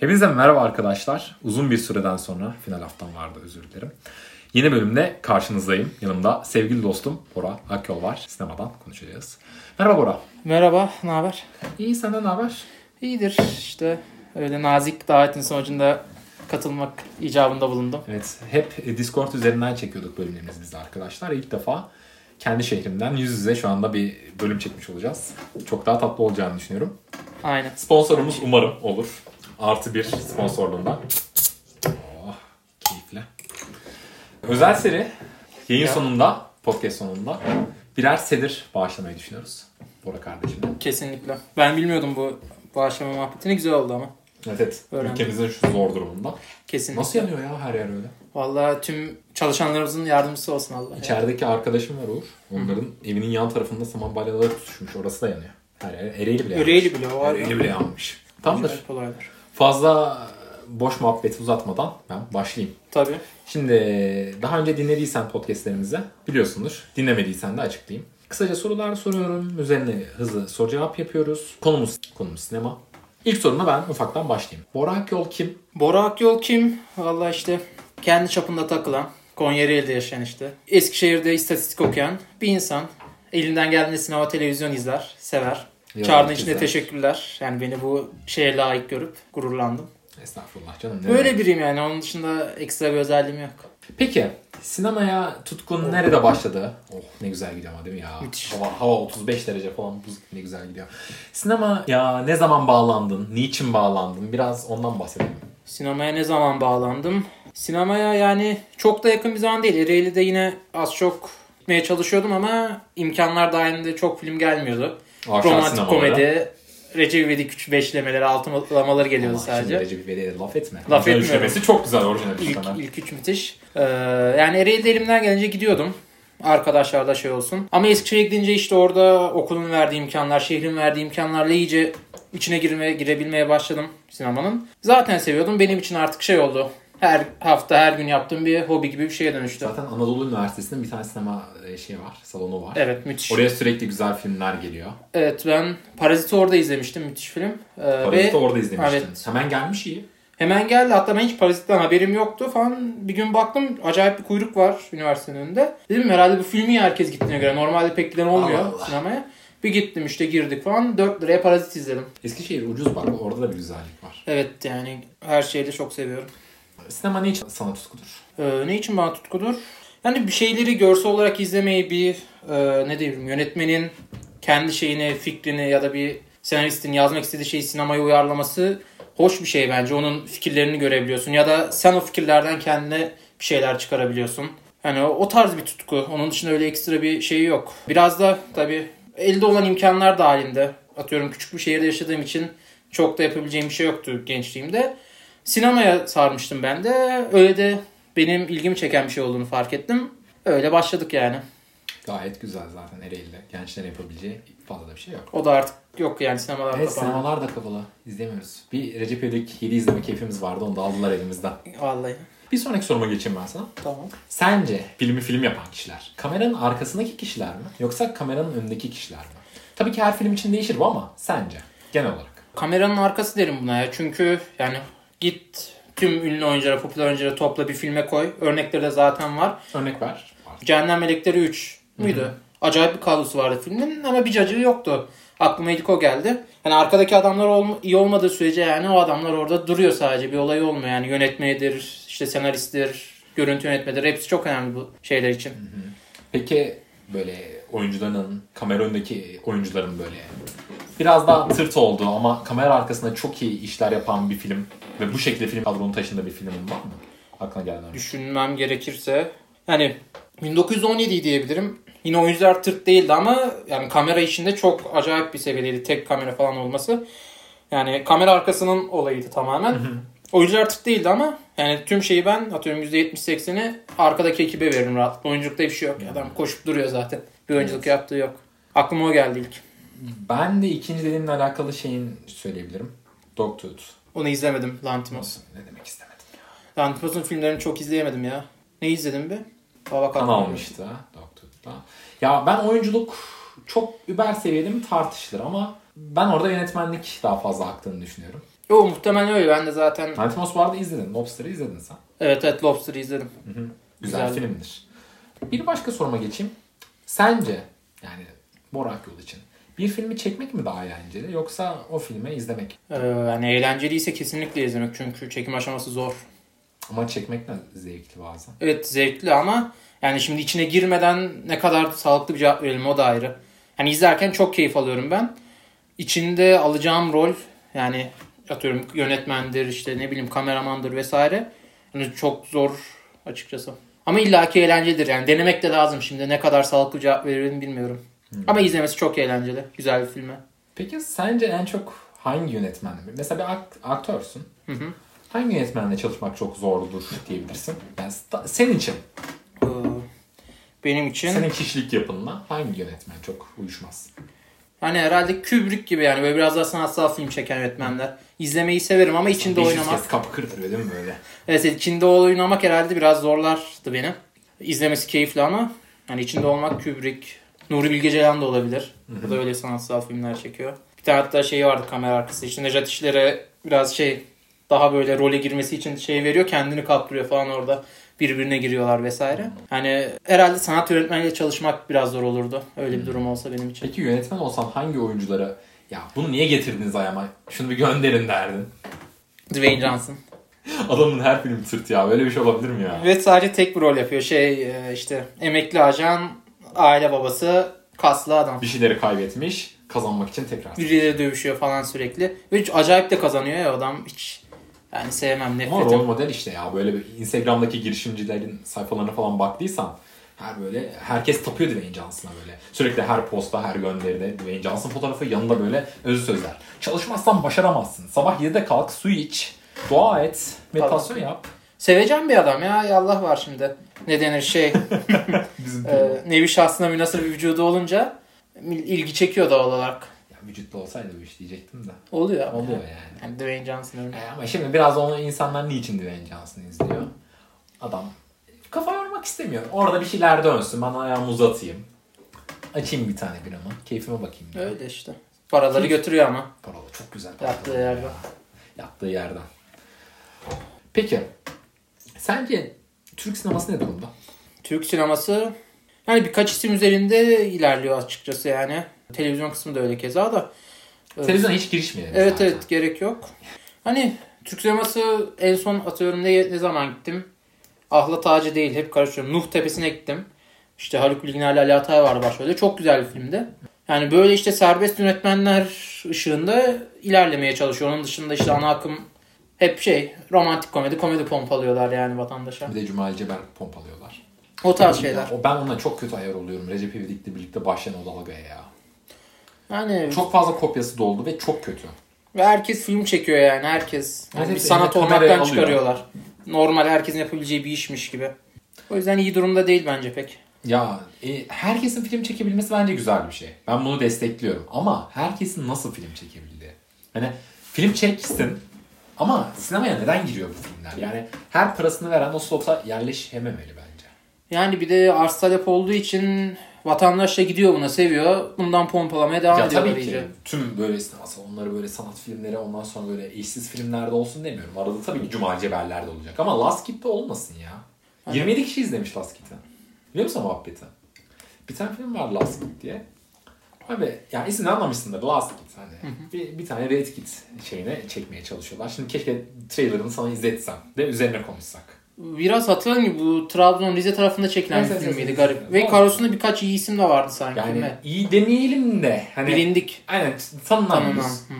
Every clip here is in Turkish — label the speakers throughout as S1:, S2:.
S1: Hepinize merhaba arkadaşlar. Uzun bir süreden sonra final haftam vardı özür dilerim. Yeni bölümde karşınızdayım. Yanımda sevgili dostum Bora Akyol var. Sinemadan konuşacağız. Merhaba Bora.
S2: Merhaba, ne haber?
S1: İyi senden ne haber?
S2: İyidir işte. Öyle nazik davetin sonucunda katılmak icabında bulundum.
S1: Evet hep Discord üzerinden çekiyorduk bölümlerimizi biz de arkadaşlar. İlk defa kendi şehrimden yüz yüze şu anda bir bölüm çekmiş olacağız. Çok daha tatlı olacağını düşünüyorum.
S2: Aynen.
S1: Sponsorumuz umarım olur. Artı bir sponsorluğunda. Oh, keyifle. Özel seri yayın sonunda, podcast sonunda birer sedir bağışlamayı düşünüyoruz. Bora kardeşimle.
S2: Kesinlikle. Ben bilmiyordum bu bağışlama muhabbetini. Güzel oldu ama.
S1: Evet, evet.
S2: Öğrendim.
S1: Ülkemizin şu zor durumunda.
S2: Kesinlikle.
S1: Nasıl yanıyor ya her yer öyle?
S2: Vallahi tüm çalışanlarımızın yardımcısı olsun Allah.
S1: İçerideki arkadaşım var Uğur. Onların evinin yan tarafında saman balyaları tutuşmuş. Orası da yanıyor. Her yer Ereğli bile yanmış.
S2: Öreğli bile o var.
S1: Ereğli bile yanmış. Tamamdır.
S2: Kolaydır.
S1: Fazla boş muhabbeti uzatmadan ben başlayayım.
S2: Tabii.
S1: Şimdi daha önce dinlediysen podcastlerimizi biliyorsundur. Dinlemediysen de açıklayayım. Kısaca sorular soruyorum. Üzerine hızlı soru cevap yapıyoruz. Konumuz, konumuz sinema. İlk soruma ben ufaktan başlayayım. Borak Yol kim?
S2: Bora Akyol kim? Vallahi işte kendi çapında takılan, Konya'da yaşayan işte. Eskişehir'de istatistik okuyan bir insan. Elinden geldiğinde sinema televizyon izler, sever.
S1: Yalan
S2: Çağrı'nın içinde
S1: izler.
S2: teşekkürler. Yani beni bu şeye layık görüp gururlandım.
S1: Estağfurullah canım. Ne
S2: Böyle
S1: demek?
S2: biriyim yani. Onun dışında ekstra bir özelliğim yok.
S1: Peki sinemaya tutkun nerede başladı? Oh ne güzel gidiyor ama değil mi ya?
S2: Müthiş.
S1: Hava, hava 35 derece falan buz gibi ne güzel gidiyor. Sinema ya ne zaman bağlandın? Niçin bağlandın? Biraz ondan bahsedelim.
S2: Sinemaya ne zaman bağlandım? Sinemaya yani çok da yakın bir zaman değil. Ereğli'de yine az çok gitmeye çalışıyordum ama imkanlar dahilinde çok film gelmiyordu.
S1: Akşam
S2: Romantik
S1: sinemaları.
S2: komedi, Recep İvedik üç beşlemeleri, altılamaları geliyordu
S1: Allah,
S2: sadece.
S1: Şimdi Recep İvedik'e laf etme.
S2: Laf
S1: Orijinal
S2: etmiyorum.
S1: üçlemesi çok güzel orijinal
S2: İlk,
S1: üçleme.
S2: ilk üç müthiş. Ee, yani Ereğli'de elimden gelince gidiyordum. Arkadaşlar da şey olsun. Ama Eskişehir'e gidince işte orada okulun verdiği imkanlar, şehrin verdiği imkanlarla iyice içine girmeye, girebilmeye başladım sinemanın. Zaten seviyordum. Benim için artık şey oldu. Her hafta, her gün yaptığım bir hobi gibi bir şeye dönüştü.
S1: Zaten Anadolu Üniversitesi'nin bir tane sinema e, şeyi var, salonu var.
S2: Evet müthiş.
S1: Oraya sürekli güzel filmler geliyor.
S2: Evet ben Parazit'i orada izlemiştim. Müthiş film. Ee,
S1: Parazit'i
S2: ve
S1: orada izlemiştin.
S2: Evet.
S1: Hemen gelmiş iyi.
S2: Hemen geldi. Hatta ben hiç Parazit'ten haberim yoktu falan. Bir gün baktım acayip bir kuyruk var üniversitenin önünde. Dedim herhalde bu filmi ya herkes gittiğine göre. Normalde pek giden olmuyor
S1: Allah Allah.
S2: sinemaya. Bir gittim işte girdik falan. 4 liraya Parazit izledim.
S1: Eskişehir ucuz bak, orada da bir güzellik var.
S2: Evet yani her şeyi de çok seviyorum.
S1: Sinema ne için sana tutkudur?
S2: Ee, ne için bana tutkudur? Yani bir şeyleri görsel olarak izlemeyi bir e, ne diyeyim yönetmenin kendi şeyini, fikrini ya da bir senaristin yazmak istediği şeyi sinemaya uyarlaması hoş bir şey bence. Onun fikirlerini görebiliyorsun ya da sen o fikirlerden kendine bir şeyler çıkarabiliyorsun. Yani o, o tarz bir tutku. Onun dışında öyle ekstra bir şey yok. Biraz da tabii elde olan imkanlar dahilinde atıyorum küçük bir şehirde yaşadığım için çok da yapabileceğim bir şey yoktu gençliğimde. Sinemaya sarmıştım ben de. Öyle de benim ilgimi çeken bir şey olduğunu fark ettim. Öyle başladık yani.
S1: Gayet güzel zaten Ereğli'de. Gençlerin yapabileceği fazla da bir şey yok.
S2: O da artık yok yani sinemalar
S1: Evet
S2: kapandı.
S1: sinemalar da kapalı. İzleyemiyoruz. Bir Recep İvedik 7 izleme keyfimiz vardı onu da aldılar elimizden.
S2: Vallahi
S1: Bir sonraki soruma geçeyim ben sana.
S2: tamam.
S1: Sence filmi film yapan kişiler kameranın arkasındaki kişiler mi yoksa kameranın önündeki kişiler mi? Tabii ki her film için değişir bu ama sence genel olarak.
S2: Kameranın arkası derim buna ya. Çünkü yani git tüm ünlü oyuncuları, popüler oyuncuları topla bir filme koy. Örnekleri de zaten var.
S1: Örnek ver.
S2: Cehennem Melekleri 3 müydü? Acayip bir kadrosu vardı filmin ama bir cacığı yoktu. Aklıma ilk o geldi. Yani arkadaki adamlar olm- iyi olmadığı sürece yani o adamlar orada duruyor sadece. Bir olay olmuyor yani yönetmenidir, işte senaristtir, görüntü yönetmenidir. Hepsi çok önemli bu şeyler için.
S1: Peki böyle oyuncuların kamera önündeki oyuncuların böyle biraz daha tırt olduğu ama kamera arkasında çok iyi işler yapan bir film ve bu şekilde film kadronun taşında bir filmin var mı? Aklına gelen.
S2: Düşünmem gerekirse yani 1917 diyebilirim. Yine oyuncular tırt değildi ama yani kamera işinde çok acayip bir seviyedeydi. Tek kamera falan olması. Yani kamera arkasının olayıydı tamamen. Oyuncular tırt değildi ama yani tüm şeyi ben atıyorum %70-80'i arkadaki ekibe veririm rahatlıkla. Oyunculukta bir şey yok. Adam koşup duruyor zaten. Bir oyunculuk yaptığı yok. Aklıma o geldi ilk.
S1: Ben de ikinci dediğimle alakalı şeyin söyleyebilirim. Dogtooth.
S2: Onu izlemedim Lantimos.
S1: Ne demek istemedim.
S2: Lantimos'un filmlerini çok izleyemedim ya. Ne izledim be? Baba
S1: Kan
S2: kalkmadı.
S1: almıştı Doctor'da. Ya ben oyunculuk çok über seviyede mi tartışılır ama ben orada yönetmenlik daha fazla aktığını düşünüyorum.
S2: O muhtemelen öyle. Ben de zaten
S1: Lantimos bu arada izledin. Lobster'ı izledin sen.
S2: evet evet Lobster'ı izledim.
S1: Güzel
S2: Güzeldi.
S1: filmdir. Bir başka soruma geçeyim. Sence yani Borak Yol için bir filmi çekmek mi daha eğlenceli yoksa o filmi izlemek?
S2: Ee, yani eğlenceliyse kesinlikle izlemek çünkü çekim aşaması zor.
S1: Ama çekmek de zevkli bazen.
S2: Evet zevkli ama yani şimdi içine girmeden ne kadar sağlıklı bir cevap verelim o da ayrı. Hani izlerken çok keyif alıyorum ben. İçinde alacağım rol yani atıyorum yönetmendir işte ne bileyim kameramandır vesaire. Hani çok zor açıkçası. Ama illaki eğlencelidir yani denemek de lazım şimdi ne kadar sağlıklı cevap veririm bilmiyorum. Ama izlemesi çok eğlenceli. Güzel bir filme.
S1: Peki sence en çok hangi yönetmenle? Mesela bir ak- aktörsün. Hangi yönetmenle çalışmak çok zordur diyebilirsin? Yani sta- senin için,
S2: Ee, Benim için.
S1: senin kişilik yapınla hangi yönetmen çok uyuşmaz?
S2: Hani herhalde Kubrick gibi yani böyle biraz daha sanatsal film çeken yönetmenler. İzlemeyi severim ama içinde
S1: 500
S2: oynamak.
S1: kez kapı kırdırıyor değil mi böyle?
S2: Evet içinde oynamak herhalde biraz zorlardı benim. İzlemesi keyifli ama hani içinde olmak Kubrick. Nuri Bilge Ceylan da olabilir. O da öyle sanatsal filmler çekiyor. Bir tane hatta şey vardı kamera arkası. İşte Nejat İşler'e biraz şey daha böyle role girmesi için şey veriyor. Kendini kaptırıyor falan orada. Birbirine giriyorlar vesaire. Hani herhalde sanat yönetmeniyle çalışmak biraz zor olurdu. Öyle bir durum olsa benim için.
S1: Peki yönetmen olsan hangi oyunculara ya bunu niye getirdiniz ayağıma? Şunu bir gönderin derdin.
S2: Dwayne Johnson.
S1: Adamın her filmi tırt ya. Böyle bir şey olabilir mi ya?
S2: Ve sadece tek bir rol yapıyor. Şey e, işte emekli ajan, aile babası, kaslı adam.
S1: Bir şeyleri kaybetmiş. Kazanmak için tekrar.
S2: Biriyle dövüşüyor falan sürekli. Ve hiç acayip de kazanıyor ya adam hiç. Yani sevmem
S1: Ama
S2: nefret
S1: rol
S2: ediyorum.
S1: model işte ya. Böyle bir Instagram'daki girişimcilerin sayfalarına falan baktıysan her böyle herkes tapıyor Dwayne Johnson'a böyle. Sürekli her posta, her gönderide Dwayne Johnson fotoğrafı yanında böyle özlü sözler. Çalışmazsan başaramazsın. Sabah 7'de kalk, su iç, dua et, meditasyon yap.
S2: Seveceğim bir adam ya. ya Allah var şimdi. Ne denir şey.
S1: Bizim
S2: e, nevi şahsına münasır bir vücudu olunca ilgi çekiyor doğal olarak.
S1: Ya vücutlu olsaydı bu iş diyecektim de.
S2: Oluyor ama.
S1: Oluyor yani.
S2: Yani Dwayne Johnson öyle.
S1: E, ama şimdi biraz onu insanlar niçin Dwayne Johnson'ı izliyor? Adam kafa yormak istemiyor. Orada bir şeyler dönsün. Ben ayağımı uzatayım. Açayım bir tane biramı. Keyfime bakayım. diye.
S2: Öyle işte. Paraları götürüyor ama.
S1: Paralı çok güzel. paralı.
S2: Yaptığı yerde.
S1: Yattığı yerden. Peki. Sence Türk sineması ne durumda?
S2: Türk sineması yani birkaç isim üzerinde ilerliyor açıkçası yani. Televizyon kısmı da öyle keza da. Evet.
S1: Televizyona hiç girişmeyelim.
S2: Evet
S1: zaten.
S2: evet gerek yok. Hani Türk sineması en son atıyorum ne, ne zaman gittim? Ahla Tacı değil hep karıştırıyorum. Nuh Tepesi'ne gittim. İşte Haluk Bilginer'le Ali Atay vardı başrolde. Çok güzel bir filmdi. Yani böyle işte serbest yönetmenler ışığında ilerlemeye çalışıyor. Onun dışında işte ana akım hep şey romantik komedi, komedi pompalıyorlar yani vatandaşa.
S1: Bir de Cumali Ceber pompalıyorlar.
S2: O tarz şeyler.
S1: Ya, o- ben ona çok kötü ayar oluyorum. Recep İvedik'le birlikte başlayan o dalgaya ya.
S2: Yani
S1: Çok fazla kopyası doldu ve çok kötü.
S2: Ve herkes film çekiyor yani herkes. Yani
S1: Evet,
S2: bir sanat
S1: eline kamerayı
S2: olmaktan
S1: alıyor.
S2: çıkarıyorlar. Normal herkesin yapabileceği bir işmiş gibi. O yüzden iyi durumda değil bence pek.
S1: Ya e, herkesin film çekebilmesi bence güzel bir şey. Ben bunu destekliyorum. Ama herkesin nasıl film çekebildiği. Hani film çeksin ama sinemaya neden giriyor bu filmler? Yani her parasını veren o slota yerleşememeli bence.
S2: Yani bir de arz talep olduğu için vatandaş da gidiyor buna seviyor. Bundan pompalamaya devam
S1: Ya
S2: ediyorlar
S1: tabii ki
S2: iyice.
S1: tüm böyle sinema salonları böyle sanat filmleri ondan sonra böyle eşsiz filmlerde olsun demiyorum. Arada tabii ki Cuma Ceberler'de olacak ama Last Kid'de olmasın ya. 27 kişi izlemiş Last Kid'i. Biliyor musun o muhabbeti? Bir tane film var Last Kid diye. Abi yani ismini anlamışsındır Last Kid hani. bir, bir tane Red Kid şeyine çekmeye çalışıyorlar. Şimdi keşke trailerını sana izletsem de üzerine konuşsak.
S2: Biraz hatırlayın ki bu Trabzon Rize tarafında çekilen
S1: Evet,
S2: bir
S1: evet,
S2: film
S1: evet,
S2: miydi
S1: evet.
S2: garip. Ve
S1: Doğru.
S2: karosunda birkaç iyi isim de vardı sanki
S1: Yani
S2: filme.
S1: iyi demeyelim de hani
S2: Bilindik.
S1: aynen
S2: Tamam.
S1: tanınamıyoruz.
S2: Hı.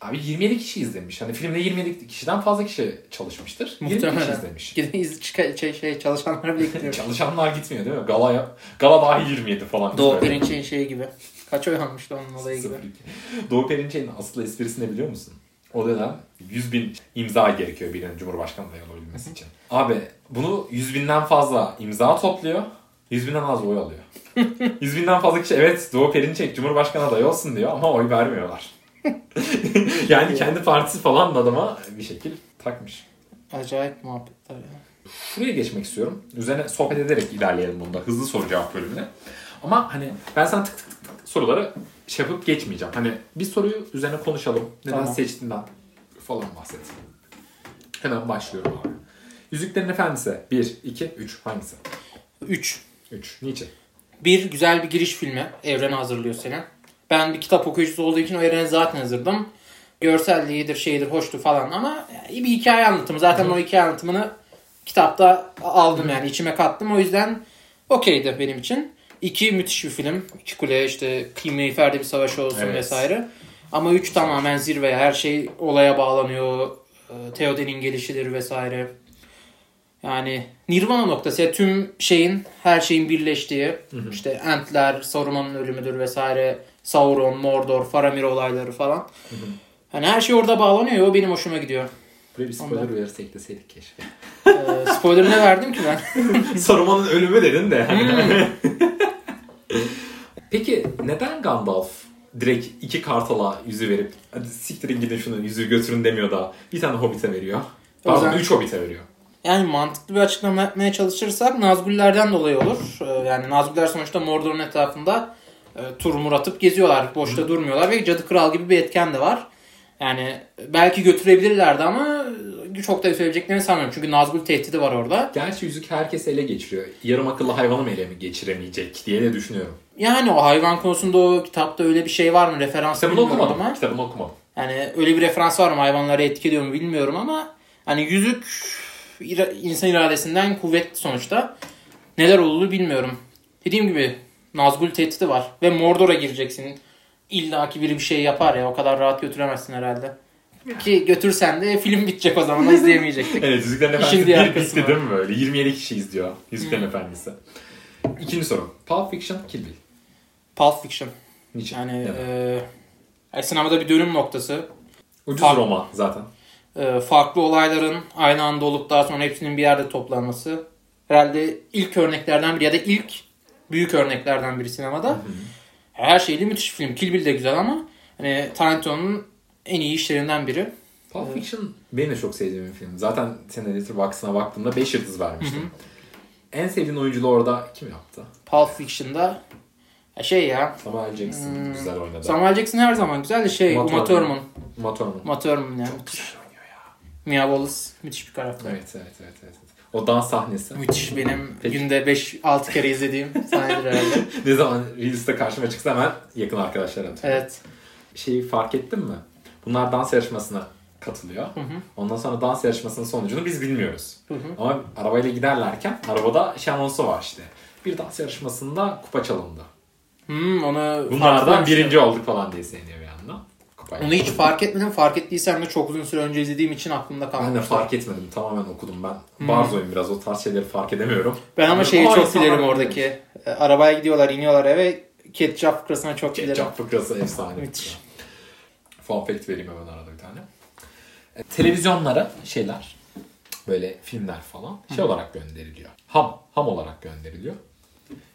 S1: Abi 27 kişi izlemiş. Hani filmde 27 kişiden fazla kişi çalışmıştır. 20 kişi
S2: Muhtemelen.
S1: izlemiş.
S2: Gidin iz- çıka- şey, şey, çalışanları bekliyor.
S1: Çalışanlar gitmiyor değil mi? Gala, yap- gala dahi 27 falan.
S2: Doğu
S1: Böyle.
S2: Perinçek'in şeyi gibi. Kaç oy almıştı onun olayı gibi.
S1: Sıfır iki. Doğu Perinçek'in asıl esprisini biliyor musun? O dönem 100 bin imza gerekiyor birinin Cumhurbaşkanı adayı olabilmesi için. Abi bunu 100 binden fazla imza topluyor. 100 binden az oy alıyor. 100 binden fazla kişi evet Doğu Perinçek Cumhurbaşkanı adayı olsun diyor ama oy vermiyorlar. yani kendi partisi falan da adama bir şekil takmış.
S2: Acayip muhabbetler ya.
S1: Şuraya geçmek istiyorum. Üzerine sohbet ederek ilerleyelim bunda. Hızlı soru cevap bölümüne. Ama hani ben sana tık tık tık, tık soruları şey yapıp geçmeyeceğim. Hani bir soruyu üzerine konuşalım. Neden
S2: Tamam.
S1: seçtin ben falan bahset. Hemen başlıyorum abi. Yüzüklerin Efendisi 1, 2, 3 hangisi?
S2: 3.
S1: 3. Niçin?
S2: Bir güzel bir giriş filmi. Evren hazırlıyor seni. Ben bir kitap okuyucusu olduğu için o evreni zaten hazırdım. Görselliğidir, şeydir, hoştu falan ama iyi bir hikaye anlatımı. Zaten o hikaye anlatımını kitapta aldım yani içime kattım. O yüzden okeydi benim için. İki müthiş bir film. İki kule işte Kimeyfer'de bir savaş olsun
S1: Evet.
S2: vesaire. Ama üç tamamen zirve. Her şey olaya bağlanıyor. Ee, Theoden'in gelişidir vesaire. Yani Nirvana noktası ya tüm şeyin her şeyin birleştiği işte Entler, Saruman'ın ölümüdür vesaire Sauron, Mordor, Faramir olayları falan. Hani her şey orada bağlanıyor. O benim hoşuma gidiyor.
S1: Buraya bir spoiler
S2: Ondan.
S1: uyarısı ekleseydik keşke.
S2: Ee, spoiler ne verdim ki ben?
S1: Saruman'ın ölümü dedin de. Hmm. Peki neden Gandalf direkt iki kartala yüzü verip hadi siktirin gidin şunun yüzüğü götürün demiyor da bir tane hobbite veriyor. Pardon
S2: yüzden-
S1: üç hobbite veriyor.
S2: Yani mantıklı bir açıklama yapmaya çalışırsak Nazguller'den dolayı olur. Ee, Yani Nazgûller sonuçta Mordor'un etrafında e, tur mur atıp geziyorlar. Boşta durmuyorlar ve Cadı Kral gibi bir etken de var. Yani belki götürebilirlerdi ama e, çok da götürebileceklerini sanmıyorum. Çünkü Nazgûl tehdidi var orada.
S1: Gerçi yüzük herkesi ele geçiriyor. Yarım akıllı hayvanı mı ele mi geçiremeyecek diye de düşünüyorum.
S2: Yani o hayvan konusunda o kitapta öyle bir şey var mı? Referans
S1: Kitabını
S2: bilmiyorum
S1: okumadım.
S2: ama.
S1: Kitabını okumadım.
S2: Yani öyle bir referans var mı? Hayvanları etkiliyor mu bilmiyorum ama hani yüzük ira- insan iradesinden kuvvet sonuçta. Neler olduğunu bilmiyorum. Dediğim gibi Nazgûl tehdidi var ve Mordor'a gireceksin. İlla ki biri bir şey yapar ya o kadar rahat götüremezsin herhalde. Ki götürsen de film bitecek o zaman da izleyemeyecektik.
S1: Evet Yüzüklerin
S2: İşin
S1: Efendisi
S2: diğer
S1: bir
S2: kısmı.
S1: bitti değil mi böyle? 27 kişi izliyor
S2: Hmm.
S1: Yüzüklerin Efendisi. İkinci soru. Pulp Fiction, Kill Bill.
S2: Pulp Fiction.
S1: Niçin?
S2: Yani
S1: Neden?
S2: e, sinemada bir dönüm noktası.
S1: Ucuz
S2: Pulp-
S1: Roma zaten.
S2: E, farklı olayların aynı anda olup daha sonra hepsinin bir yerde toplanması. Herhalde ilk örneklerden biri ya da ilk büyük örneklerden biri sinemada. Her şeyli müthiş film. Kill Bill de güzel ama hani Tarantino'nun en iyi işlerinden biri.
S1: Pulp Fiction benim de çok sevdiğim bir film. Zaten senin Letterboxd'ına baktığımda 5 yıldız vermiştim. En sevdiğin oyunculuğu orada kim yaptı?
S2: Pulp Fiction'da ya şey ya
S1: Samuel Jackson güzel oynadı.
S2: Samuel Jackson her zaman güzel de şey
S1: Uma
S2: Uma
S1: Thurman.
S2: Thurman.
S1: Uma Thurman.
S2: Uma Thurman yani.
S1: Güzel oynuyor ya.
S2: Mia Wallace müthiş bir karakter.
S1: Evet, evet, evet, evet. evet. O dans sahnesi.
S2: Müthiş benim
S1: Peki.
S2: günde 5-6 kere izlediğim sahnedir herhalde.
S1: ne zaman Reels'te karşıma çıksa hemen yakın arkadaşlar atıyorum.
S2: Evet.
S1: Şeyi fark ettin mi? Bunlar dans yarışmasına katılıyor. Ondan sonra dans yarışmasının sonucunu biz bilmiyoruz. Ama arabayla giderlerken arabada şey anonsu var işte. Bir dans yarışmasında kupa çalındı.
S2: Hmm, onu
S1: Bunlardan
S2: farklı- şey
S1: birinci olduk falan diye seviniyor bir yandan. Kupayı.
S2: Onu hiç fark etmedim. Fark ettiysem de çok uzun süre önce izlediğim için aklımda kalmış.
S1: Ben de Ah, fark etmedim. Tamamen okudum ben. Barzoyum biraz. O tarz şeyleri fark edemiyorum.
S2: Hmm.
S1: Hani
S2: Ben ama şeyi
S1: Ay,
S2: çok
S1: sana
S2: bilirim
S1: ne
S2: oradaki. E, Arabaya gidiyorlar, iniyorlar eve. Ketçap fıkrasına çok bilirim.
S1: Ketçap fıkrası efsane.
S2: Müthiş.
S1: Fun fact vereyim hemen arada bir tane. E, televizyonlara şeyler böyle filmler falan şey olarak gönderiliyor. Ham, ham olarak gönderiliyor.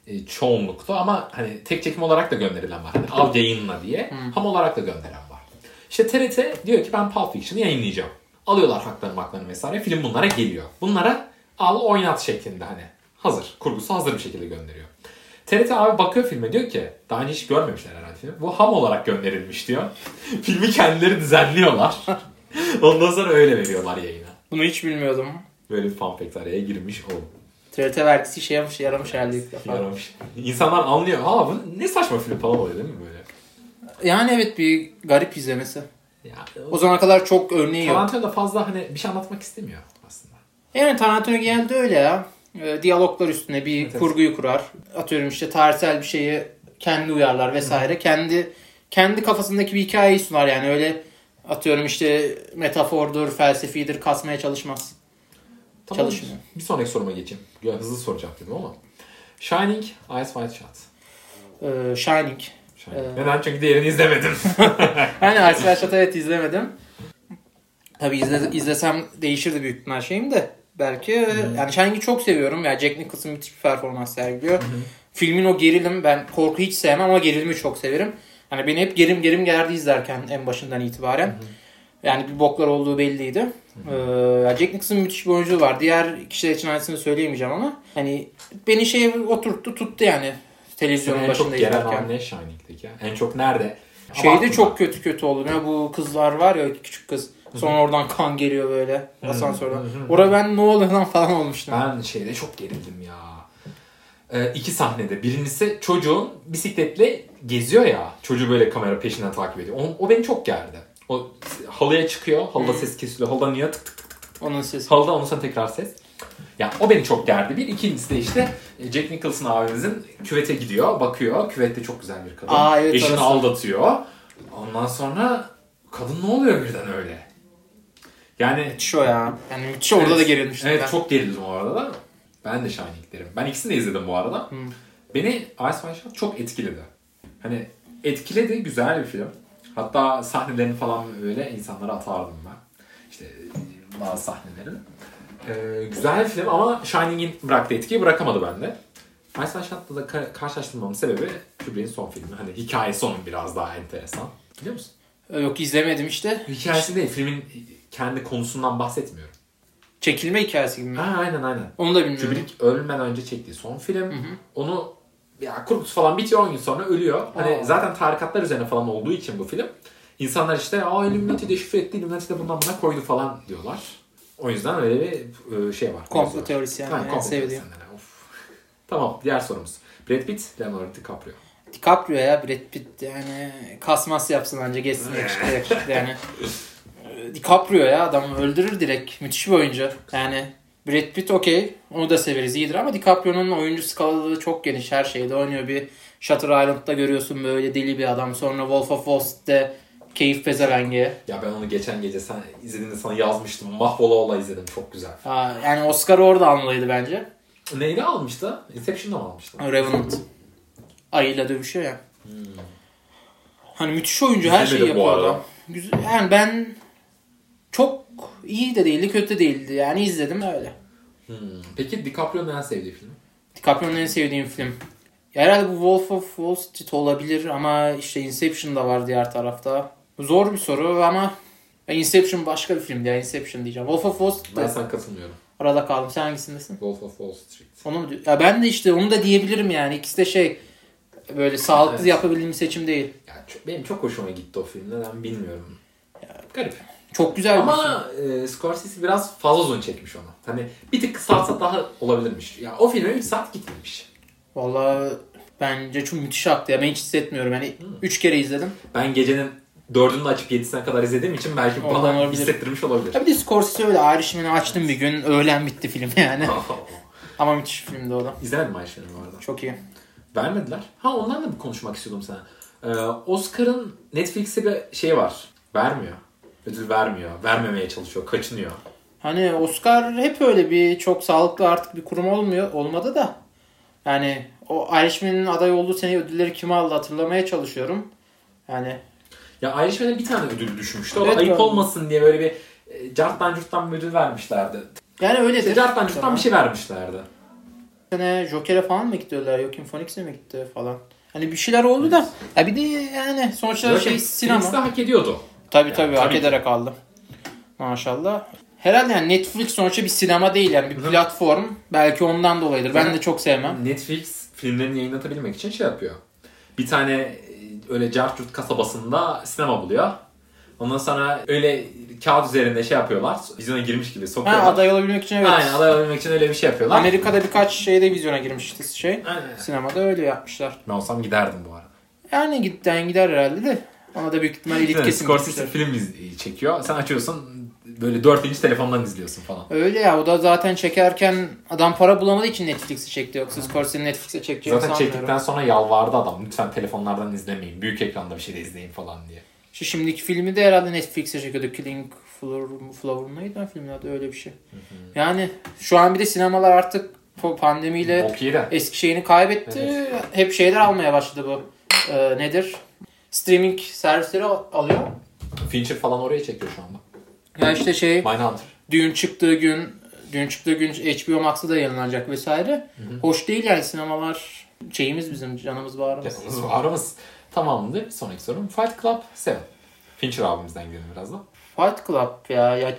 S1: E, çoğunlukta ama hani tek çekim olarak da gönderilen var. Hani al yayınla diye ham olarak da gönderen var. İşte TRT diyor ki ben Pulp Fiction'ı yayınlayacağım. Alıyorlar haklarını haklarını vesaire. Film bunlara geliyor. Bunlara al oynat şeklinde hani hazır. Kurgusu hazır bir şekilde gönderiyor. TRT abi bakıyor filme diyor ki daha önce hiç görmemişler herhalde filmi. Bu ham olarak gönderilmiş diyor. Filmi kendileri düzenliyorlar. Ondan sonra öyle veriyorlar yayına.
S2: Bunu hiç bilmiyordum.
S1: Böyle bir fun fact araya girmiş oğlum.
S2: TRT vergisi şey yapmış, yaramış herhalde ilk defa.
S1: Yaramış. İnsanlar anlıyor. Aa bu ne saçma film falan oluyor değil mi böyle?
S2: Yani evet bir garip izlemesi.
S1: Ya,
S2: O zamana kadar çok örneği yok.
S1: Tarantino da fazla hani bir şey anlatmak istemiyor aslında.
S2: Yani Tarantino genelde öyle ya. E, diyaloglar üstüne bir
S1: evet.
S2: kurguyu kurar. Atıyorum işte tarihsel bir şeyi kendi uyarlar vesaire. kendi kendi kafasındaki bir hikayeyi sunar yani öyle atıyorum işte metafordur, felsefidir kasmaya çalışmaz.
S1: Tamam,
S2: Çalışmıyor.
S1: Bir sonraki soruma geçeyim. Ya, hızlı soracak dedim ama. Shining, Eyes Wide Shut.
S2: Ee, Shining.
S1: Shining.
S2: Ee.
S1: Neden? Çünkü diğerini izlemedim.
S2: Yani Arsenal Shot'ı evet izlemedim. Tabi izle, izlesem değişirdi büyük ihtimal şeyim de. Belki yani Shining'i çok seviyorum. Yani Jack Nicholson müthiş bir performans sergiliyor. Filmin o gerilim ben korku hiç sevmem ama gerilimi çok severim. Yani beni hep gerim gerim gerdi izlerken en başından itibaren. Yani bir boklar olduğu belliydi. Ee, Jack Nicholson müthiş bir oyuncu var. Diğer kişiler için aynısını söyleyemeyeceğim ama hani beni şeye oturttu tuttu yani televizyonun
S1: en çok
S2: başında
S1: gelen
S2: izlerken.
S1: hamle Shining'deki. ya. En çok nerede
S2: Şey de
S1: Abartma.
S2: çok kötü kötü oldu. Ya bu kızlar var ya küçük kız. Sonra oradan kan geliyor böyle asansörden. Orada ben ne oluyor lan falan olmuştum.
S1: Ben şeyde çok gerildim ya. Ee, iki sahnede. Birincisi çocuğun bisikletle geziyor ya. Çocuğu böyle kamera peşinden takip ediyor. O, o beni çok gerdi. O halıya çıkıyor. Halıda
S2: Hmm.
S1: ses kesiliyor. Halıdan yine tık tık tık.
S2: Onun sesi.
S1: Halıdan ondan sonra tekrar ses. Ya o beni çok gerdi. Bir. ikincisi de işte e, Jack Nicholson abimizin küvete gidiyor. Bakıyor. Küvette çok güzel bir kadın.
S2: Aa, evet,
S1: Eşini
S2: orası.
S1: aldatıyor. Ondan sonra kadın ne oluyor birden öyle? Yani
S2: Müthiş o ya. Yani müthiş orada da gerilmiştim
S1: Evet
S2: ben.
S1: çok gerildim o arada da. Ben de Shining derim. Ben ikisini de izledim bu arada. Beni Ice White Shot çok etkiledi. Hani etkiledi güzel bir film. Hatta sahnelerini falan böyle insanlara atardım ben. İşte e, bazı sahnelerini. Ee, güzel bir film ama Shining'in bıraktığı etkiyi bırakamadı bende. Ice White Shot'la da ka- karşılaştırmamın sebebi Kubrick'in son filmi. Hani hikayesi onun biraz daha enteresan. Biliyor musun?
S2: Yok izlemedim işte.
S1: Hikayesi değil, filmin kendi konusundan bahsetmiyorum.
S2: Çekilme hikayesi gibi mi?
S1: Ha, aynen aynen.
S2: Onu da bilmiyorum.
S1: Kubrick ölmeden önce çektiği son film. Onu ya kurgusu falan bitiyor 10 gün sonra ölüyor. Hani
S2: Aa.
S1: zaten tarikatlar üzerine falan olduğu için bu film. İnsanlar işte aa Illuminati deşifre etti, Illuminati de bundan buna koydu falan diyorlar. O yüzden öyle bir e, şey var.
S2: Komplo teorisi yani.
S1: Aynen,
S2: en
S1: komplo
S2: sevdiğim.
S1: teorisyenleri, of. tamam diğer sorumuz. Brad Pitt, Leonardo DiCaprio.
S2: DiCaprio ya Brad Pitt yani kasmas yapsın anca geçsin yakışıklı yakışıklı yani. Ee, DiCaprio ya adamı öldürür direkt. Müthiş bir oyuncu. Yani Brad Pitt okey onu da severiz iyidir ama DiCaprio'nun oyuncu skalaları çok geniş her şeyde oynuyor. Bir Shutter Island'da görüyorsun böyle deli bir adam. Sonra Wolf of Wall Street'te keyif pezevengi.
S1: Ya ben onu geçen gece sen izlediğinde sana yazmıştım. Mahvola ola izledim. Çok güzel.
S2: Aa, Yani Oscar'ı orada almalıydı bence.
S1: Neyini almıştı? Inception'da mı almıştı?
S2: Revenant. Ayıyla dövüşüyor ya.
S1: Hmm.
S2: Hani müthiş oyuncu her şeyi
S1: İzlemedim bu
S2: yapıyor
S1: arada.
S2: adam. Güzel. Yani ben çok iyi de değildi, kötü de değildi. Yani izledim öyle.
S1: Hmm. Peki DiCaprio'nun en sevdiği filmi?
S2: DiCaprio'nun en sevdiğim film. Ya herhalde bu Wolf of Wall Street olabilir ama işte Inception da var diğer tarafta. Zor bir soru ama ben Inception başka bir filmdi ya Inception diyeceğim. Wolf of Wall Street
S1: Ben
S2: de
S1: sana katılmıyorum.
S2: arada kaldım. Sen hangisindesin?
S1: Wolf of Wall Street.
S2: Onu mu diyor? Ya ben de işte onu da diyebilirim yani. İkisi de şey böyle sağlıklı
S1: Evet.
S2: yapabildiğim seçim değil.
S1: Ya çok- benim çok hoşuma gitti o film. Neden bilmiyorum. garip.
S2: Çok güzel bir film.
S1: Ama e, Scorsese biraz fazla uzun çekmiş onu. Hani bir tık kısaltsa daha olabilirmiş. Ya o filme 3 saat gitmemiş.
S2: Valla bence çok müthiş aktı ya. Ben hiç hissetmiyorum. Yani 3 kere izledim.
S1: Ben gecenin 4'ünü açıp 7'sine kadar izlediğim için belki
S2: Ondan
S1: bana
S2: olabilir.
S1: hissettirmiş olabilir.
S2: Ya bir de Scorsese öyle ayrışımını açtım bir gün. Öğlen bitti film yani. Ama müthiş filmdi o da.
S1: İzlemedim Ayşe'nin bu arada.
S2: Çok iyi.
S1: Vermediler. Ha ondan da bir konuşmak istiyordum sana. Ee, Oscar'ın Netflix'e bir şey var. Vermiyor. Ödül vermiyor. Vermemeye çalışıyor. Kaçınıyor.
S2: Hani Oscar hep öyle bir çok sağlıklı artık bir kurum olmuyor. Olmadı da. Yani o Irishman'in aday olduğu sene ödülleri kime aldı hatırlamaya çalışıyorum. Yani
S1: Ya Irishman'e bir tane ödül düşmüştü. O da
S2: Evet,
S1: ayıp
S2: gördüm.
S1: olmasın diye böyle bir e, carttan curttan bir ödül vermişlerdi.
S2: yani öyle
S1: İşte carttan curttan bir şey vermişlerdi.
S2: sene Joker'e falan mı gidiyorlar? Joaquin Phoenix'e mi gitti falan? Hani bir şeyler oldu da. Ya bir de yani sonuçta şey sinema.
S1: Phoenix de hak ediyordu.
S2: Tabii
S1: Yani
S2: tabii hak
S1: tabii ki.
S2: ederek aldım. Maşallah. Herhalde yani Netflix sonuçta bir sinema değil yani bir platform. Belki ondan dolayıdır. Ben de çok sevmem.
S1: Netflix filmlerini yayınlatabilmek için şey yapıyor. Bir tane e, öyle cart curt kasabasında sinema buluyor. Ondan sonra öyle kağıt üzerinde şey yapıyorlar. Vizyona girmiş gibi sokuyorlar.
S2: Ha, aday olabilmek için evet.
S1: Aynen aday olabilmek için öyle bir şey yapıyorlar.
S2: Amerika'da birkaç şeyde vizyona girmişti şey.
S1: Aynen.
S2: Sinemada öyle yapmışlar.
S1: Ben olsam giderdim bu arada.
S2: Yani gitten gider herhalde de. Ona da büyük ihtimal ilk
S1: Yani
S2: kesim
S1: Scorsese
S2: gitmiştir.
S1: film iz- çekiyor. Sen açıyorsun böyle 4 inç telefondan izliyorsun falan.
S2: Öyle ya o da zaten çekerken adam para bulamadığı için Netflix'i çekti. Yoksa Scorsese'nin Netflix'e çekeceğini
S1: Zaten
S2: sanmıyorum.
S1: çektikten sonra yalvardı adam. Lütfen telefonlardan izlemeyin. Büyük ekranda bir şey de izleyin falan diye.
S2: Şu şimdiki filmi de herhalde Netflix'e çekiyordu. Killing Floor, Floor mıydı lan filmin adı öyle bir şey. Yani şu an bir de sinemalar artık po- pandemiyle
S1: Bok iyi de.
S2: eski şeyini kaybetti. Hep şeyler almaya başladı bu. Ee, nedir? Streaming servisleri al- alıyor.
S1: Fincher falan oraya çekiyor şu anda.
S2: Ya işte şey
S1: Mindhunter.
S2: düğün çıktığı gün düğün çıktığı gün HBO Max'ta da yayınlanacak vesaire. Hoş değil yani sinemalar şeyimiz bizim canımız bağrımız.
S1: Yanımız varımız tamamlandı. Bir sonraki sorum Fight Club 7. Fincher abimizden gidelim biraz da.
S2: Fight Club ya, ya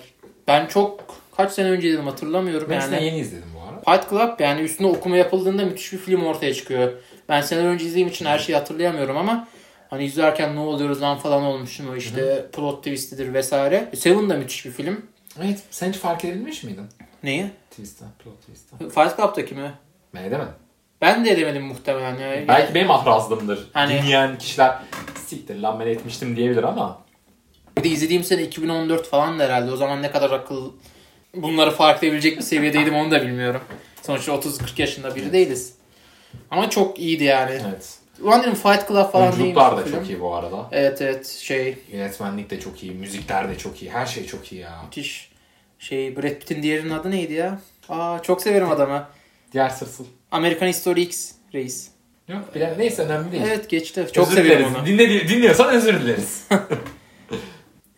S2: ben çok kaç sene önce dedim hatırlamıyorum
S1: Ben
S2: yani.
S1: işte yeni izledim bu ara.
S2: Fight Club yani üstüne okuma yapıldığında müthiş bir film ortaya çıkıyor. Ben seneler önce izlediğim için her şeyi hatırlayamıyorum ama Hani izlerken ne oluyoruz lan falan olmuşum o işte plot twist'idir vesaire. Seven da müthiş bir film.
S1: Evet sen hiç fark edilmiş miydin?
S2: Neyi?
S1: Twist'ten, plot twist'ten.
S2: Fight Club'daki mi?
S1: Ben edemedim.
S2: Ben de edemedim muhtemelen. Yani
S1: Belki benim ahrazlığımdır.
S2: Hani-
S1: Dinleyen kişiler siktir lan ben etmiştim diyebilir ama.
S2: Bir de izlediğim sene 2014 falan da herhalde. O zaman ne kadar akıl bunları fark edebilecek bir seviyedeydim onu da bilmiyorum. Sonuçta 30-40 yaşında biri değiliz. Ama çok iyiydi yani.
S1: Evet.
S2: Ulan dedim Fight Club falan değil.
S1: Oyunculuklar da çok iyi bu arada.
S2: Evet evet şey
S1: Yönetmenlik de çok iyi, müzikler de çok iyi, her şey çok iyi ya.
S2: müthiş. Şey Brad Pitt'in diğerinin adı neydi ya? Aa çok severim adamı.
S1: Diğer sırtıl. American
S2: American History X reis.
S1: Yok bilen neyse önemli değil.
S2: Evet geçti. Çok
S1: özür
S2: severim
S1: dileriz.
S2: onu.
S1: Dinle, dinliyorsan özür dileriz.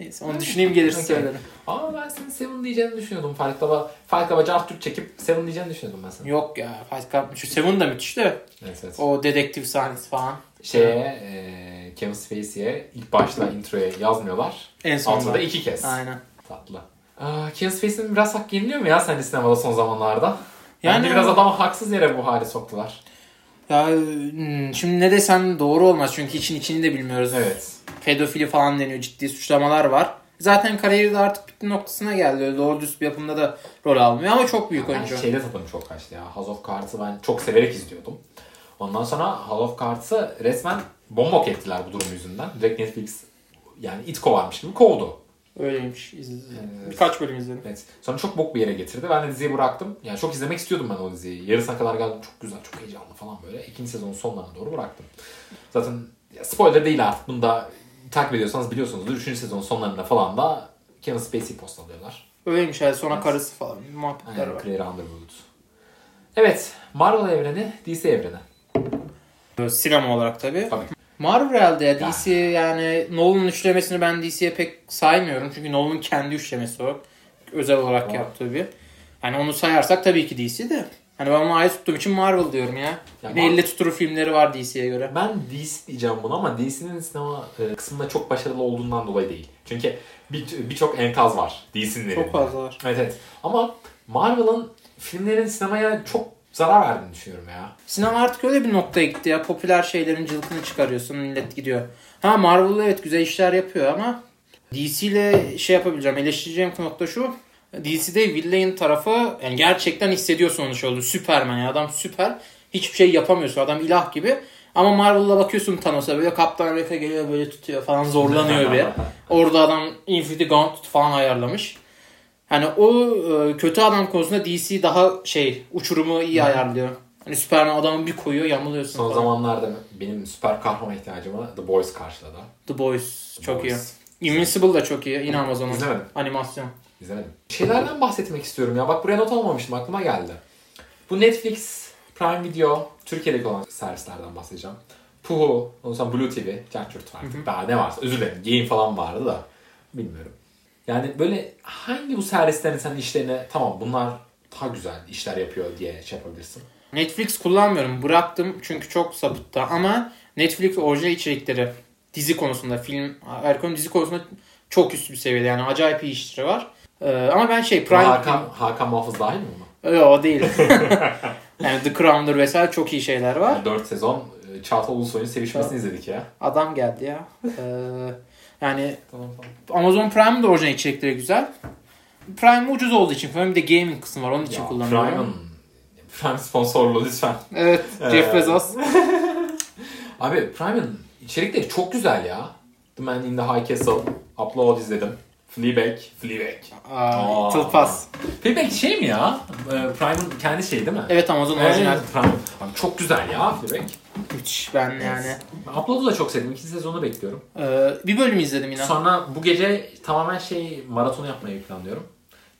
S2: Neyse onu düşüneyim gelirse
S1: Okey.
S2: söylerim.
S1: Ama ben senin Seven diyeceğini düşünüyordum. Fark Club'a, Fark Club'a Cart Türk çekip Seven diyeceğini düşünüyordum ben sana.
S2: Yok ya Fight Club. Şu Seven da müthiş de.
S1: Evet, evet.
S2: O dedektif sahnesi falan.
S1: Şeye, e, Kevin Spacey'e ilk başta introya yazmıyorlar.
S2: En sonunda.
S1: Altında iki kez.
S2: Aynen.
S1: Tatlı. Aa, Kevin Spacey'nin biraz hak yeniliyor mu ya sence sinemada son zamanlarda? Yani
S2: Yani-
S1: biraz adamı haksız yere bu hale soktular.
S2: Ya hmm, şimdi ne desen doğru olmaz çünkü için içini de bilmiyoruz.
S1: Evet.
S2: Pedofili falan deniyor ciddi suçlamalar var. Zaten kariyeri de artık bitti noktasına geldi. Öyle doğru düz bir yapımda da rol almıyor ama çok büyük
S1: Ben
S2: oyuncu.
S1: şeyde tadım çok kaçtı ya. House of Cards'ı ben çok severek izliyordum. Ondan sonra House of Cards'ı resmen bombok ettiler bu durum yüzünden. Direkt Netflix yani it kovarmış gibi kovdu.
S2: Öyleymiş. İz-
S1: Evet.
S2: Birkaç bölüm izledim.
S1: Evet. Sonra çok bok bir yere getirdi. Ben de diziyi bıraktım. Yani çok izlemek istiyordum ben o diziyi. Yarısına kadar geldim. Çok güzel, çok heyecanlı falan böyle. İkinci sezonun sonlarına doğru bıraktım. Zaten ya spoiler değil artık. Bunu da takip ediyorsanız biliyorsunuzdur. Üçüncü sezonun sonlarında falan da Kevin Spacey postalıyorlar.
S2: Öyleymiş yani sonra karısı falan muhabbetler
S1: Aynen.
S2: var.
S1: Claire Underwood. Evet. Marvel evreni, DC evreni.
S2: Sinema olarak tabii.
S1: Tabii.
S2: Marvel'de ya DC yani Nolan'ın üçlemesini ben DC'ye pek saymıyorum. Çünkü Nolan'ın kendi üçlemesi o. Özel olarak
S1: Doğru.
S2: yaptığı bir. Hani onu sayarsak tabii ki DC de. Hani ben onu ayrı tuttuğum için Marvel diyorum ya.
S1: Ya
S2: Bir de
S1: Mar-
S2: elle tuturu filmleri var DC'ye göre.
S1: Ben DC diyeceğim bunu ama DC'nin sinema e, kısmında çok başarılı olduğundan dolayı değil. Çünkü bir- birçok enkaz var DC'nin
S2: Çok fazla var.
S1: Evet evet. Ama Marvel'ın filmlerin sinemaya çok zarar verdiğini düşünüyorum ya.
S2: Sinema artık öyle bir noktaya gitti ya. Popüler şeylerin cılkını çıkarıyorsun. Millet gidiyor. Ha Marvel evet güzel işler yapıyor ama DC ile şey yapabileceğim, eleştireceğim nokta şu. DC'de villain tarafı yani gerçekten hissediyor sonuç oldu. Superman ya adam süper. Hiçbir şey yapamıyorsun. Adam ilah gibi. Ama Marvel'la bakıyorsun Thanos'a böyle Kaptan Amerika geliyor böyle tutuyor falan zorlanıyor bir. Orada adam Infinity Gauntlet falan ayarlamış. Hani o e, kötü adam konusunda DC daha şey uçurumu iyi ayarlıyor. Hani Superman adamı bir koyuyor yamuluyorsun.
S1: Son
S2: falan.
S1: zamanlarda benim süper kahraman ihtiyacımı The Boys karşıladı.
S2: The Boys çok
S1: Boys.
S2: iyi. Invincible da çok iyi. Yine Amazon'un
S1: İzlemedim.
S2: animasyon.
S1: İzlemedim. Şeylerden bahsetmek istiyorum ya. Bak buraya not almamıştım aklıma geldi. Bu Netflix, Prime Video, Türkiye'deki olan servislerden bahsedeceğim. Puhu, ondan sonra Blue TV, Çerçürt var artık. Daha ne varsa. Özür dilerim. Game falan vardı da. Bilmiyorum. Yani böyle hangi bu servislerin sen işlerine tamam bunlar daha güzel işler yapıyor diye şey yapabilirsin.
S2: Netflix kullanmıyorum. Bıraktım çünkü çok sapıttı ama Netflix orijinal içerikleri dizi konusunda film Erkan dizi konusunda çok üst bir seviyede yani acayip iyi işleri var. Ee, ama ben şey Prime
S1: Hakan, Hakan Muhafız dahil mi buna?
S2: Yok, o değil. yani The Crown'dur vesaire çok iyi şeyler var.
S1: 4 sezon e, Çağatay Ulusoy'un sevişmesini izledik ya.
S2: Adam geldi ya. Ee, yani
S1: Tamam tamam.
S2: Amazon Prime'de orijinal içerikleri güzel. Prime ucuz olduğu için falan bir de gaming kısmı var onun için kullanıyorum.
S1: Prime'ın Prime sponsorluğu lütfen.
S2: Evet, Jeff
S1: Ee,
S2: Bezos.
S1: Abi Prime'ın içerikleri çok güzel ya. The Man in the High Castle, Upload izledim. Fleabag, Fleabag.
S2: Aa,
S1: Aa.
S2: Tılpas.
S1: Fleabag şey mi ya? Ee, Prime'ın kendi şeyi değil mi?
S2: Evet Amazon orijinal.
S1: Evet, Prime. Abi çok güzel ya Fleabag.
S2: Müthiş ben yani.
S1: Ben Upload'u da çok sevdim. İkinci sezonu bekliyorum.
S2: Ee, bir bölüm izledim yine.
S1: Sonra bu gece tamamen şey maratonu yapmayı planlıyorum.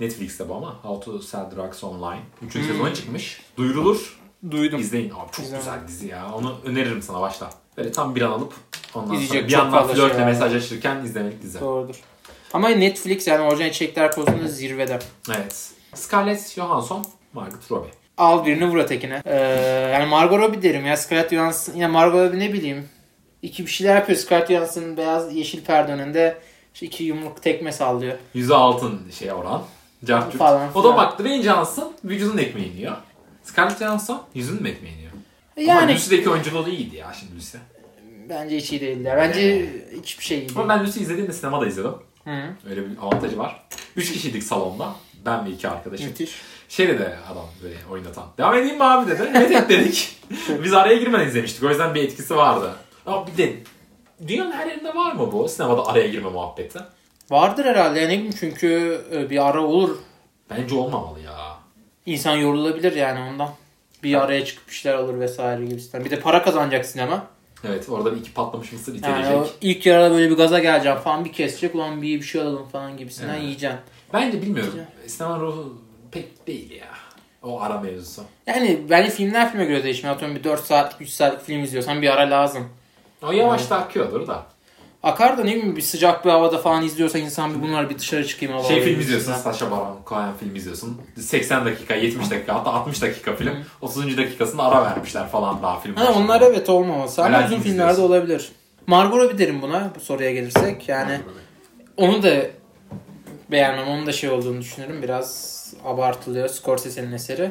S1: Netflix'te bu ama. How to Sell Drugs Online. Üçüncü
S2: Hmm.
S1: sezonu çıkmış. Duyurulur.
S2: Duydum.
S1: İzleyin abi çok
S2: İzlemedim.
S1: güzel dizi ya. Onu öneririm sana başla. Böyle tam bir an alıp ondan
S2: İzleyecek
S1: sonra bir
S2: çok
S1: yandan
S2: fazla şey
S1: flörtle
S2: var.
S1: mesajlaşırken izlemelik dizi.
S2: Doğrudur. Ama Netflix yani orijinal içerikler konusunda zirvede.
S1: Evet. Scarlett Johansson, Margot Robbie.
S2: Al birini vur ötekine. Ee, yani Margot Robbie derim ya. Scarlett Johansson. Ya Margot Robbie ne bileyim. İki bir şeyler yapıyor. Scarlett Johansson'ın beyaz yeşil perde önünde işte iki yumruk tekme sallıyor.
S1: Yüzü altın şey oran. Cartürk.
S2: Falan
S1: O da
S2: filan.
S1: baktı Dwayne Johnson vücudun ekmeğini yiyor. Scarlett Johansson yüzünün ekmeğini yiyor.
S2: Yani
S1: Ama Lucy'deki oyunculuğu da iyiydi ya şimdi Lucy.
S2: Bence hiç iyi değiller. Bence hiçbir şey iyi değil.
S1: Hmm. Ama ben Lucy izlediğimde sinemada izledim.
S2: Hı.
S1: Öyle bir avantajı var. Üç kişiydik salonda. Ben ve iki arkadaşım.
S2: Müthiş.
S1: Şey dedi adam böyle oynatan. Devam edeyim mi abi dedi. Evet evet dedik. Biz araya girmeden izlemiştik. O yüzden bir etkisi vardı. Ama bir de dünyanın her yerinde var mı bu sinemada araya girme muhabbeti?
S2: Vardır herhalde yani ne bileyim çünkü e, bir ara olur.
S1: Bence olmamalı ya.
S2: İnsan yorulabilir yani ondan. Bir araya çıkıp işler alır vesaire gibisinden. Bir de para kazanacaksın ama.
S1: Evet orada bir iki patlamış mısır itelecek.
S2: Yani o ilk yarada böyle bir gaza geleceğim falan bir kesecek. Ulan bir, bir şey alalım falan gibisinden
S1: Evet.
S2: yiyeceksin.
S1: Bence bilmiyorum. Sinema ruhu pek değil ya. O ara mevzusu.
S2: Yani bence filmler filme göre değişmiyor. Atıyorum bir 4 saatlik 3 saatlik film izliyorsan bir ara lazım.
S1: O yavaş da akıyordur da.
S2: Akar da ne bileyim bir sıcak bir havada falan izliyorsa insan bir bunlar bir dışarı çıkayım hava
S1: Şey
S2: alayım
S1: film izliyorsun,
S2: gibisinden.
S1: Saşa Baron Cohen film izliyorsun. 80 dakika, 70 dakika hatta 60 dakika film.
S2: Hı.
S1: 30. dakikasında ara vermişler falan daha film
S2: Ha,
S1: başında.
S2: onlar evet olmaması ama
S1: Helal
S2: uzun
S1: gibi
S2: filmlerde
S1: izliyorsun.
S2: olabilir. Margot Robbie derim buna bu soruya gelirsek. Yani onu da beğenmem. Onun da şey olduğunu düşünüyorum. Biraz abartılıyor Scorsese'nin eseri.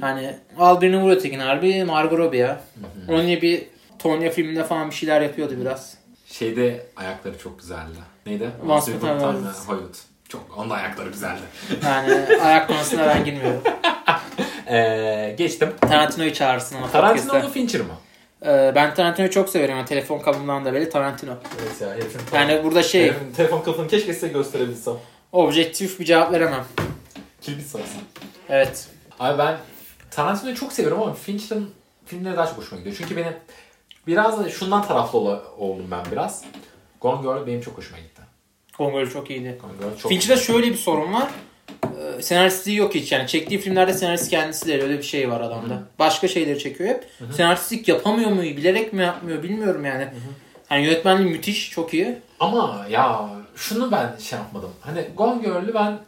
S2: Hani al birini vur ötekini harbi Margot Robbie ya. Onun gibi bir Tonya filminde falan bir şeyler yapıyordu biraz.
S1: Şeyde ayakları çok güzeldi. Neydi?
S2: Once
S1: Once
S2: Upon
S1: Upon
S2: a
S1: a Time
S2: Hollywood.
S1: Hollywood. Çok. Onun da ayakları güzeldi.
S2: Yani ayak konusuna ben girmiyorum.
S1: Ee, geçtim.
S2: Tarantino'yu çağırsın ama
S1: Tarantino
S2: podcast'e.
S1: mu Fincher mı?
S2: Ee, ben Tarantino'yu çok severim. Yani telefon kabımdan da beri Tarantino.
S1: Evet ya. Herifin
S2: Yani burada şey
S1: telefon kılıfını keşke size gösterebilsem.
S2: objektif bir cevap veremem.
S1: Kilit sarısın.
S2: Evet.
S1: Abi ben Tarantino'yu çok seviyorum ama Fincher'ın filmleri daha çok hoşuma gidiyor. Çünkü benim biraz da şundan taraflı ola- oldum ben biraz. Gone Girl benim çok hoşuma gitti.
S2: Kongol çok iyiydi.
S1: Gone Girl çok
S2: Fincher'da şöyle bir sorun var. Ee, Senaristi yok hiç yani. Çektiği filmlerde senarist kendisi değil. Öyle bir şey var adamda. Başka şeyleri çekiyor hep. Senaristlik yapamıyor mu? Bilerek mi yapmıyor? Bilmiyorum yani. Yani yönetmenliği müthiş. Çok iyi.
S1: Ama ya şunu ben şey yapmadım. Hani Gone Girl'ü ben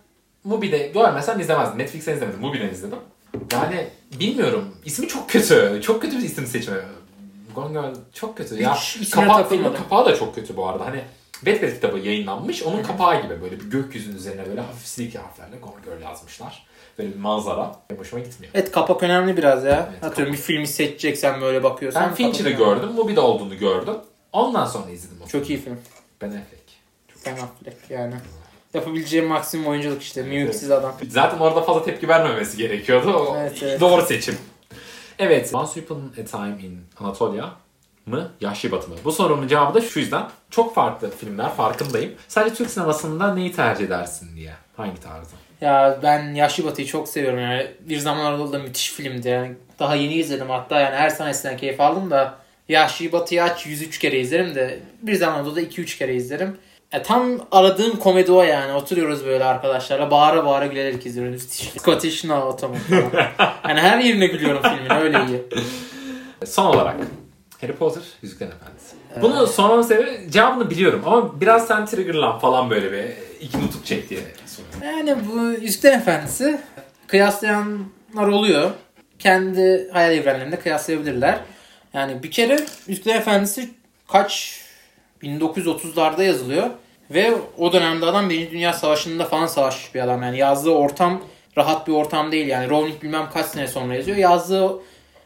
S1: Mubi'de görmesem izlemezdim. Netflix'ten izlemedim. Mubi'den izledim. Yani bilmiyorum. İsmi çok kötü. Çok kötü bir isim seçimi. Gone Girl çok kötü. ya
S2: Hiç ismine
S1: kapağı,
S2: takılmadım.
S1: kapağı da çok kötü bu arada. Hani Wattpad kitabı yayınlanmış. Onun kapağı gibi böyle bir gökyüzünün üzerine böyle hafif silik harflerle Gone Girl yazmışlar. Böyle bir manzara. Benim Hoşuma gitmiyor.
S2: Evet kapak önemli biraz ya.
S1: Evet, kapak.
S2: Atıyorum bir filmi seçeceksen böyle bakıyorsan.
S1: Ben
S2: kapak
S1: Fincher'ı
S2: önemli.
S1: gördüm. Mubi'de olduğunu gördüm. Ondan sonra izledim. o
S2: Çok
S1: filmi.
S2: iyi film.
S1: Ben Affleck.
S2: Ben Affleck yani. Yapabileceğim maksimum oyunculuk işte. Mimiksiz adam.
S1: Zaten orada fazla tepki vermemesi gerekiyordu. O
S2: Evet, evet.
S1: Doğru seçim. Evet. Once Upon a Time in Anatolia mı? Yahşi Batı mı? Bu sorunun cevabı da şu yüzden. Çok farklı filmler farkındayım. Sadece Türk sinemasında neyi tercih edersin diye. Hangi tarzı?
S2: Ya ben Yaşlı Batı'yı çok seviyorum yani. Bir Zamanlar Anadolu'da müthiş filmdi yani. Daha yeni izledim hatta yani her sahnesinden keyif aldım da. Yaşlı Batı'yı aç 103 kere izlerim de Bir Zamanlar Anadolu'da 2-3 kere izlerim. Ya tam aradığım komedi o yani. Oturuyoruz böyle arkadaşlarla bağıra bağıra gülerek izliyoruz. Müthiş. Scottish No Ottoman falan. yani her yerine gülüyorum filmin öyle iyi.
S1: Son olarak Harry Potter, Yüzüklerin Efendisi.
S2: Ee.
S1: Bunu sormamın sebebi cevabını biliyorum ama biraz sen triggerlan falan böyle bir iki nutuk çek diye soruyorum.
S2: Yani bu Yüzükler Efendisi kıyaslayanlar oluyor. Kendi hayal evrenlerinde kıyaslayabilirler. Yani bir kere Yüzükler Efendisi kaç 1930'larda yazılıyor. Ve o dönemde adam Birinci Dünya Savaşı'nda falan savaşmış bir adam. Yani yazdığı ortam rahat bir ortam değil. Yani Rowling bilmem kaç sene sonra yazıyor. Yazdığı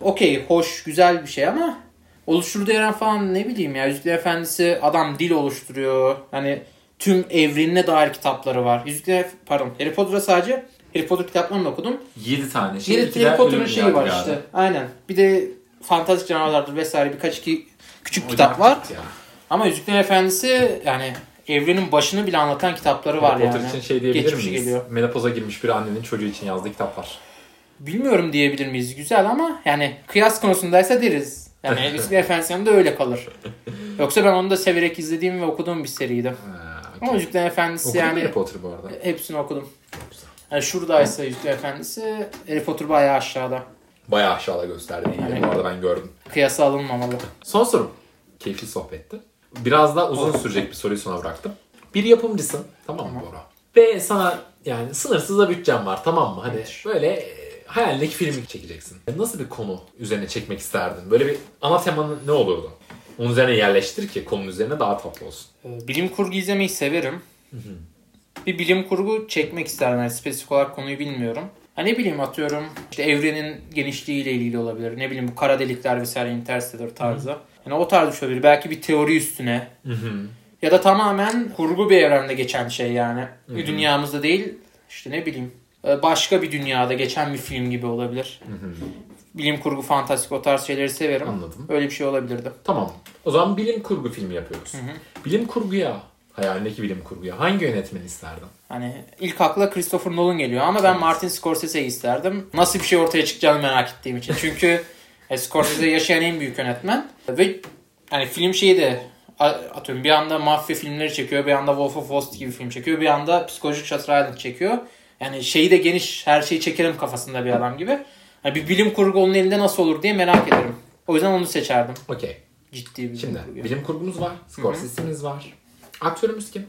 S2: okey hoş güzel bir şey ama oluşturduğu evren falan ne bileyim ya. Yüzükler Efendisi adam dil oluşturuyor. Hani tüm evrenine dair kitapları var. Yüzükler pardon Harry Potter'a sadece Harry Potter kitaplarını da okudum.
S1: 7 tane şey.
S2: Harry,
S1: iki
S2: Harry
S1: de
S2: Potter'ın
S1: ölüm
S2: şeyi var
S1: yadigarı.
S2: işte. Aynen. Bir de fantastik canavarlardır vesaire birkaç iki küçük
S1: Hocam
S2: kitap var.
S1: ya.
S2: Ama Yüzüklerin Efendisi yani evrenin başını bile anlatan kitapları var
S1: Harry Potter
S2: yani.
S1: için şey diyebilir
S2: Geçmişi
S1: miyiz?
S2: geliyor.
S1: Menopoza girmiş bir annenin çocuğu için yazdığı kitaplar.
S2: Bilmiyorum diyebilir miyiz güzel ama yani kıyas konusundaysa deriz. Yani Yüzüklerin Efendisi yanında öyle kalır. Yoksa ben onu da severek izlediğim ve okuduğum bir seriydi.
S1: Ha, Ee,
S2: Ama
S1: okey.
S2: Yüzüklerin Efendisi
S1: Okudun
S2: yani
S1: Harry Potter bu arada.
S2: hepsini okudum. Yani şuradaysa Yüzüklerin Efendisi Harry Potter bayağı aşağıda.
S1: Bayağı aşağıda gösterdi.
S2: Evet.
S1: Bu arada ben gördüm.
S2: Kıyasa alınmamalı.
S1: Son sorum. Keyifli sohbetti. Biraz daha uzun sürecek bir soruyu sona bıraktım. Bir yapımcısın. Tamam mı Bora? Ve sana yani sınırsız da bütçen var tamam mı? Hani böyle e, hayalindeki filmi çekeceksin. Nasıl bir konu üzerine çekmek isterdin? Böyle bir ana temanın ne olurdu? Onun üzerine yerleştir ki konunun üzerine daha tatlı olsun.
S2: Ee, Bilim kurgu izlemeyi severim. Bir bilim kurgu çekmek isterdim. Yani spesifik olarak konuyu bilmiyorum. Ha ne bileyim atıyorum işte evrenin genişliğiyle ilgili olabilir. Ne bileyim bu kara delikler vesaire Interstellar tarzı. Yani o tarz bir şey olabilir. Belki bir teori üstüne.
S1: hı.
S2: Ya da tamamen kurgu bir evrende geçen şey yani. Bir dünyamızda değil işte ne bileyim e, başka bir dünyada geçen bir film gibi olabilir. Bilim kurgu, fantastik o tarz şeyleri severim.
S1: Anladım.
S2: Öyle bir şey olabilirdi.
S1: Tamam. O zaman bilim kurgu filmi yapıyoruz. Bilim kurguya, hayalindeki bilim kurguya hangi yönetmeni isterdin?
S2: Hani ilk akla Christopher Nolan geliyor ama ben Martin Scorsese'yi isterdim. Nasıl bir şey ortaya çıkacağını merak ettiğim için. Çünkü e, Scorsese yaşayan en büyük yönetmen. Ve hani film şeyi de a- atıyorum bir anda mafya filmleri çekiyor, bir anda Wolf of Wall Street gibi film çekiyor, bir anda psikolojik Shutter Island çekiyor. Yani şeyi de geniş, her şeyi çekerim kafasında bir adam gibi. Hani bir bilim kurgu onun elinde nasıl olur diye merak ederim. O yüzden onu seçerdim.
S1: Okey.
S2: Ciddi bir bilim
S1: Şimdi
S2: kurgu.
S1: bilim kurgumuz var. Scorsese'miz var. Aktörümüz kim?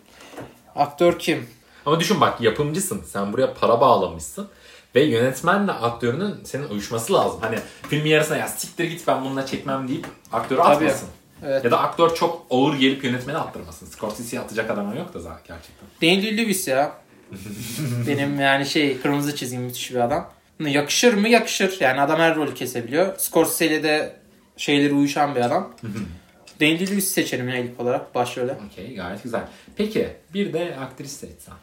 S2: Aktör kim?
S1: Ama düşün bak yapımcısın. Sen buraya para bağlamışsın. Ve yönetmenle aktörünün senin uyuşması lazım. Hani filmin yarısına ya siktir git ben bununla çekmem deyip aktörü atmasın.
S2: Evet.
S1: Ya da aktör çok ağır gelip yönetmeni attırmasın. Scorsese'yi atacak adam yok da zaten gerçekten.
S2: Daniel Lewis ya. Benim yani şey kırmızı çizgim müthiş bir adam. Yakışır mı? Yakışır. Yani adam her rolü kesebiliyor. Scorsese'yle de şeyleri uyuşan bir adam. Daniel Lewis seçerim ya ilk olarak başrole.
S1: Okey gayet güzel. Peki bir de aktris seçsen.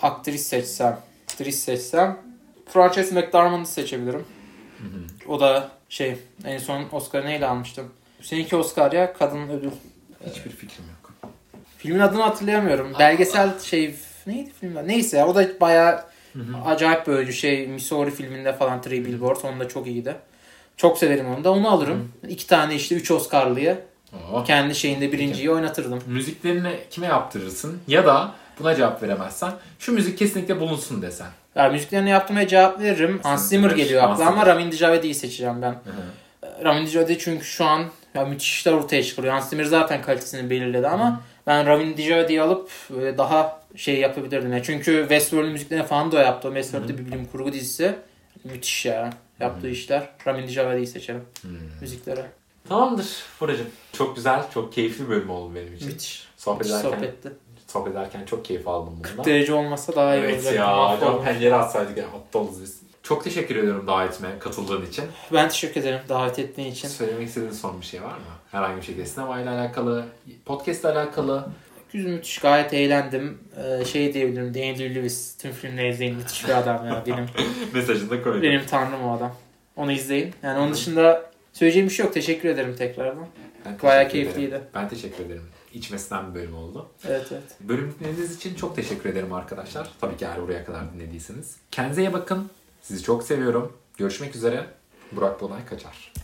S2: Aktris seçsem. Aktris seçsem. Frances McDormand'ı seçebilirim. o da şey en son Oscar'ı neyle almıştım? Seninki Oscar ya kadın ödül.
S1: Hiçbir fikrim yok.
S2: Filmin adını hatırlayamıyorum. Belgesel şey neydi filmler? Neyse ya, o da bayağı acayip bir oyuncu. Şey Missouri filminde falan Three Billboards onda çok iyiydi. Çok severim onu da. Onu alırım. İki tane işte üç Oscar'lıya
S1: Oo.
S2: kendi şeyinde birinciyi oynatırdım.
S1: Müziklerini kime yaptırırsın? Ya da buna cevap veremezsen şu müzik kesinlikle bulunsun desen.
S2: Ya müziklerini yaptığıma cevap veririm. Hans Zimmer
S1: Zimmer,
S2: geliyor aklıma
S1: Hans
S2: ama Ramin Djawadi'yi seçeceğim ben. Ee, Ramin Djawadi çünkü şu an ya müthiş işler ortaya çıkarıyor. Hans Zimmer zaten kalitesini belirledi ama ben Ramin Djawadi'yi alıp böyle daha şey yapabilirdim. ya. çünkü Westworld müziklerini falan da o yaptı. O Westworld'da bir bilim kurgu dizisi. Müthiş ya. Yaptığı işler. Ramin Djawadi'yi seçerim.
S1: Hmm.
S2: Müziklere.
S1: Tamamdır Buracığım. Çok güzel, çok keyifli bir bölüm oldu benim için.
S2: Müthiş.
S1: Sohbet
S2: Müthiş
S1: ederken,
S2: sohbetti.
S1: sohbet ederken çok keyif aldım bundan.
S2: Derece olmasa daha iyi
S1: Evet
S2: olacak.
S1: ya,
S2: Mahvolmuş.
S1: acaba pencere atsaydık ya, aptalız biz. Çok teşekkür ediyorum davetime katıldığın için.
S2: Ben teşekkür ederim davet ettiğin için.
S1: Söylemek istediğin son bir şey var mı? Herhangi bir şekilde sinemayla alakalı, podcastle alakalı.
S2: Güzel müthiş gayet eğlendim. Ee, şey diyebilirim Daniel Lewis tüm filmleri izleyin müthiş bir adam ya benim.
S1: Mesajını da koydum.
S2: benim tanrım o adam. Onu izleyin. Yani onun dışında söyleyeceğim bir şey yok. Teşekkür ederim tekrardan.
S1: Ben teşekkür
S2: Bayağı
S1: ederim.
S2: keyifliydi.
S1: Ben teşekkür ederim. İçmesinden bir bölüm oldu.
S2: Evet evet.
S1: Bölüm dinlediğiniz için çok teşekkür ederim arkadaşlar. Tabii ki eğer buraya kadar dinlediyseniz. Kendinize iyi bakın. Sizi çok seviyorum. Görüşmek üzere. Burak Bonay Kaçar.